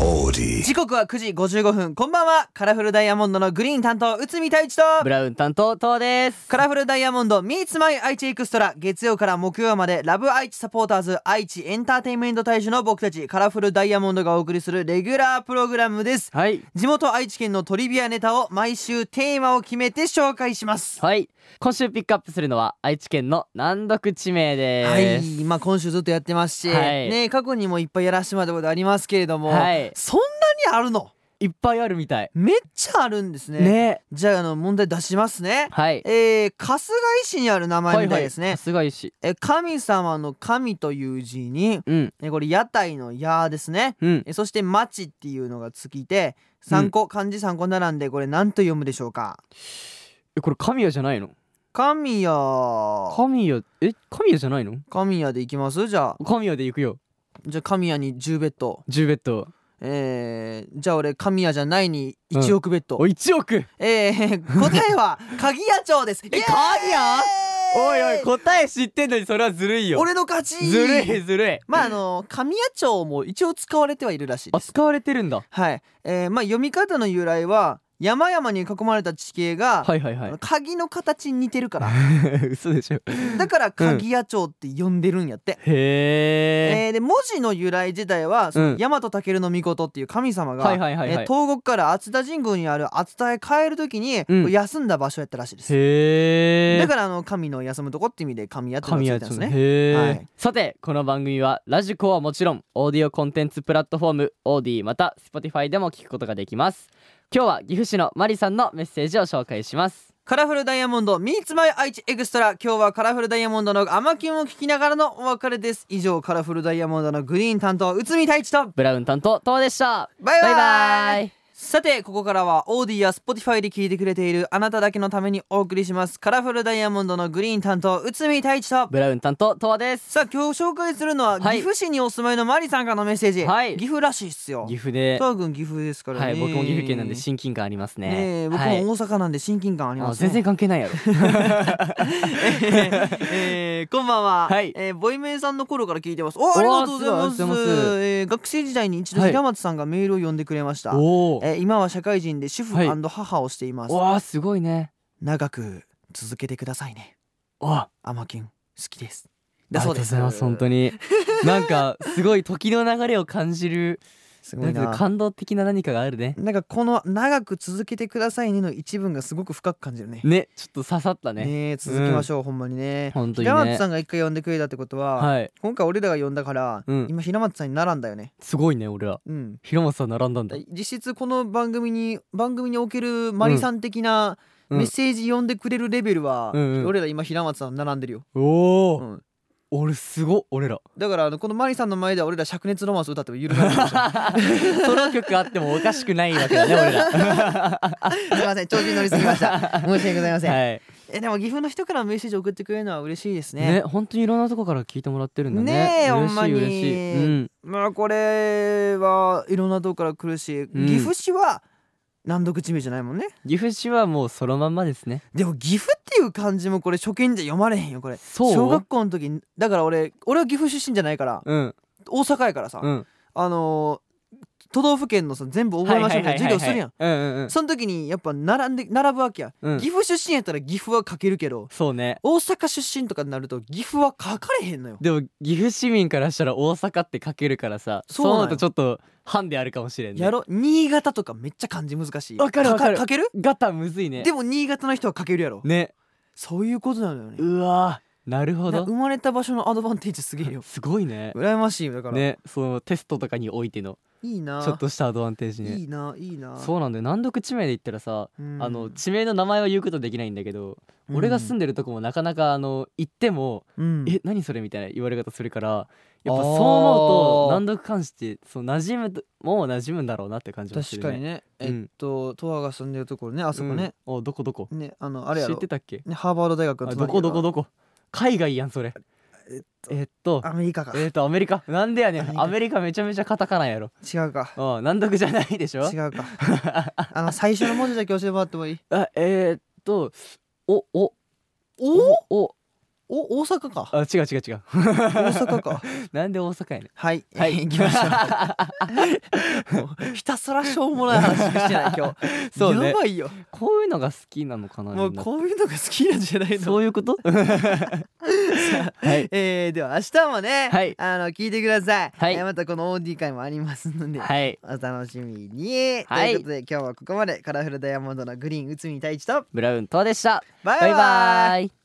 オーディ時刻は9時55分こんばんはカラフルダイヤモンドのグリーン担当内海太一と ブラウン担当等ですカラフルダイヤモンド Meets My 愛知エクストラ月曜から木曜までラブ愛知サポーターズ愛知エンターテインメント大使の僕たちカラフルダイヤモンドがお送りするレギュラープログラムですはい地元愛知県のトリビアネタを毎週テーマを決めて紹介しますはい今週ピックアップするのは愛知県の難読地名はですい、まあ、今週ずっとやってますし、はいね、過去にもいっぱいやらせてもらったことありますけれども、はいそんなにあるのいっぱいあるみたいめっちゃあるんですねねじゃああの問題出しますね、はいえー、春日井市にある名前みたいですね、すごいしえ神様の神という字にうんえこれ屋台の屋ですねうんえそして町っていうのがつきて3個、漢字3個並んでこれ何と読むでしょうかえこれ神谷じゃないの神谷神谷え神谷じゃないの神谷でいきますじゃあ神谷で行くよじゃあ神谷に10ベッド10ベッドえー、じゃあ俺神谷じゃないに1億ベッド、お1億えー、答えは鍵屋町ですえ鍵屋おいおい答え知ってんのにそれはずるいよ俺の勝ちずるいずるいまああの神谷町も一応使われてはいるらしいあです使われてるんだはい、えー、まあ読み方の由来は山々に囲まれた地形が、はいはいはい鍵の形に似てるから 嘘でしょ だから鍵屋町って呼んでるんやって、へええーで文字の由来自体は、その大和武尊尊っていう神様が、はいはいはいはえーい東国から熱田神宮にある熱田へ帰る時に、うん休んだ場所やったらしいですへえだからあの神の休むとこって意味で神屋っていうのがついたんですねへえ、はいさてこの番組はラジコはもちろんオーディオコンテンツプラットフォームオーディまた Spotify でも聞くことができます今日は岐阜市のマリさんのメッセージを紹介しますカラフルダイヤモンド Meets My 愛知エクストラ今日はカラフルダイヤモンドの甘キュンを聞きながらのお別れです以上カラフルダイヤモンドのグリーン担当内海太一とブラウン担当トウでしたバイバイバイさてここからはオーディや Spotify で聞いてくれているあなただけのためにお送りしますカラフルダイヤモンドのグリーン担当内海太一とブラウン担当トウですさあ今日紹介するのははい岐阜市にお住まいのマリさんからのメッセージ、はい岐阜らしいっすよ岐阜でトー君岐阜ですからねはい僕も岐阜県なんで親近感ありますねねえ僕はいも大阪なんで親近感ありあますね、全然関係ない やろえーこんばんは、はいえーボイメイさんの頃から聞いてますおありがとうございますすごいありがとうございますえー学生時代に一度はい平松さんがメールを読んでくれました、おーえー今は社会人で主婦はい母をしています、わあすごいね長く続けてくださいねわアマキュン好きですありだがそううとでごすざいます本当になんかすごい時の流れを感じるすごいなんかな感動的な何かがあるねなんかこの長く続けてくださいねの一文がすごく深く感じるねねちょっと刺さったねねえ続きましょう、ほんまにね本当にね平松さんが一回呼んでくれたってことは、はい今回俺らが呼んだから、うん今平松さんに並んだよねすごいね俺らうん平松さん並んだんだだ実質この番組に番組におけるマリさん的なうんメッセージ読んでくれるレベルは、うんうん俺ら今平松さん並んでるよ、おお、うん俺すごっ俺らだからあのこのマリさんの前では俺ら灼熱ロマンス歌っても許さない かソロ曲あってもおかしくないわ けだね俺らもしれないすいません調子に乗りすぎま した申し訳ございません、はいえでも岐阜の人からメッセージ送ってくれるのは嬉しいですねね本当にいろんなとこから聞いてもらってるんだねねえほ嬉んましいに嬉しい、うん、まあこれはいろんなとこから来るし、ん岐阜市は難読地名じゃないもんね岐阜市はもうそのまんまですねでも岐阜っていう漢字もこれ初見じゃ読まれへんよこれそう小学校の時にだから俺俺は岐阜出身じゃないからうん大阪やからさ、うんあのー都道府県のさ全部覚えましょうみたいな授業するやんはいはいはいはいうんうんうんその時にやっぱ並んで並ぶわけや、うん岐阜出身やったら岐阜は書けるけどそうね大阪出身とかになると岐阜は書かれへんのよでも岐阜市民からしたら大阪って書けるからさそそうなうんよなるとちょっとハンデあるかもしれんねやろ新潟とかめっちゃ漢字難しいわかるわかる書ける、ガタむずいねでも新潟の人は書けるやろねそういうことなのよねうわなるほなど生まれた場所のアドバンテージすげえよすごいね羨ましいよだから、ねそのテストとかにおいてのいいなちょっとしたアドバンテージねいいないいなそうなんだよ難読地名で言ったらさ、うんあの地名の名前は言うことできないんだけど、うん俺が住んでるとこもなかなかあの言ってもう「んえ何それ?」みたいな言われ方するからやっぱあーそう思うと難読漢字ってその馴染むともう馴染むんだろうなって感じがす確る、ね、かにね、うんえっとトアが住んでるところねあそこね、うんおどこどこねあのあれや知ろってたっけね、ハーバード大学のあ隣どこどこどどこ海外やんそれえっえっとアメリカか、えっとアメリカなんでやねんアアメリカめちゃめちゃカタカナやろ違うかうん難読じゃないでしょ 違うかあの最初の文字だけ教えてもらってもいいあえー、っとおおおおお大阪かあ違う違う違う大阪か なん で大阪やねはい、んはい 行きま しょうもうひたすらしょうもない話しかしてない今日 そうねやばいよこういうのが好きなのかなもうみんなこういうのが好きなんじゃないそのういうこと はいえー、で は明日もね、はいあの聞いてください、はいえーまたこの OD 会もありますので、はいお楽しみに、はいということで今日はここまでカラフルダイヤモンドのグリーン内海太一とブラウンとわでしたバイババイイバイ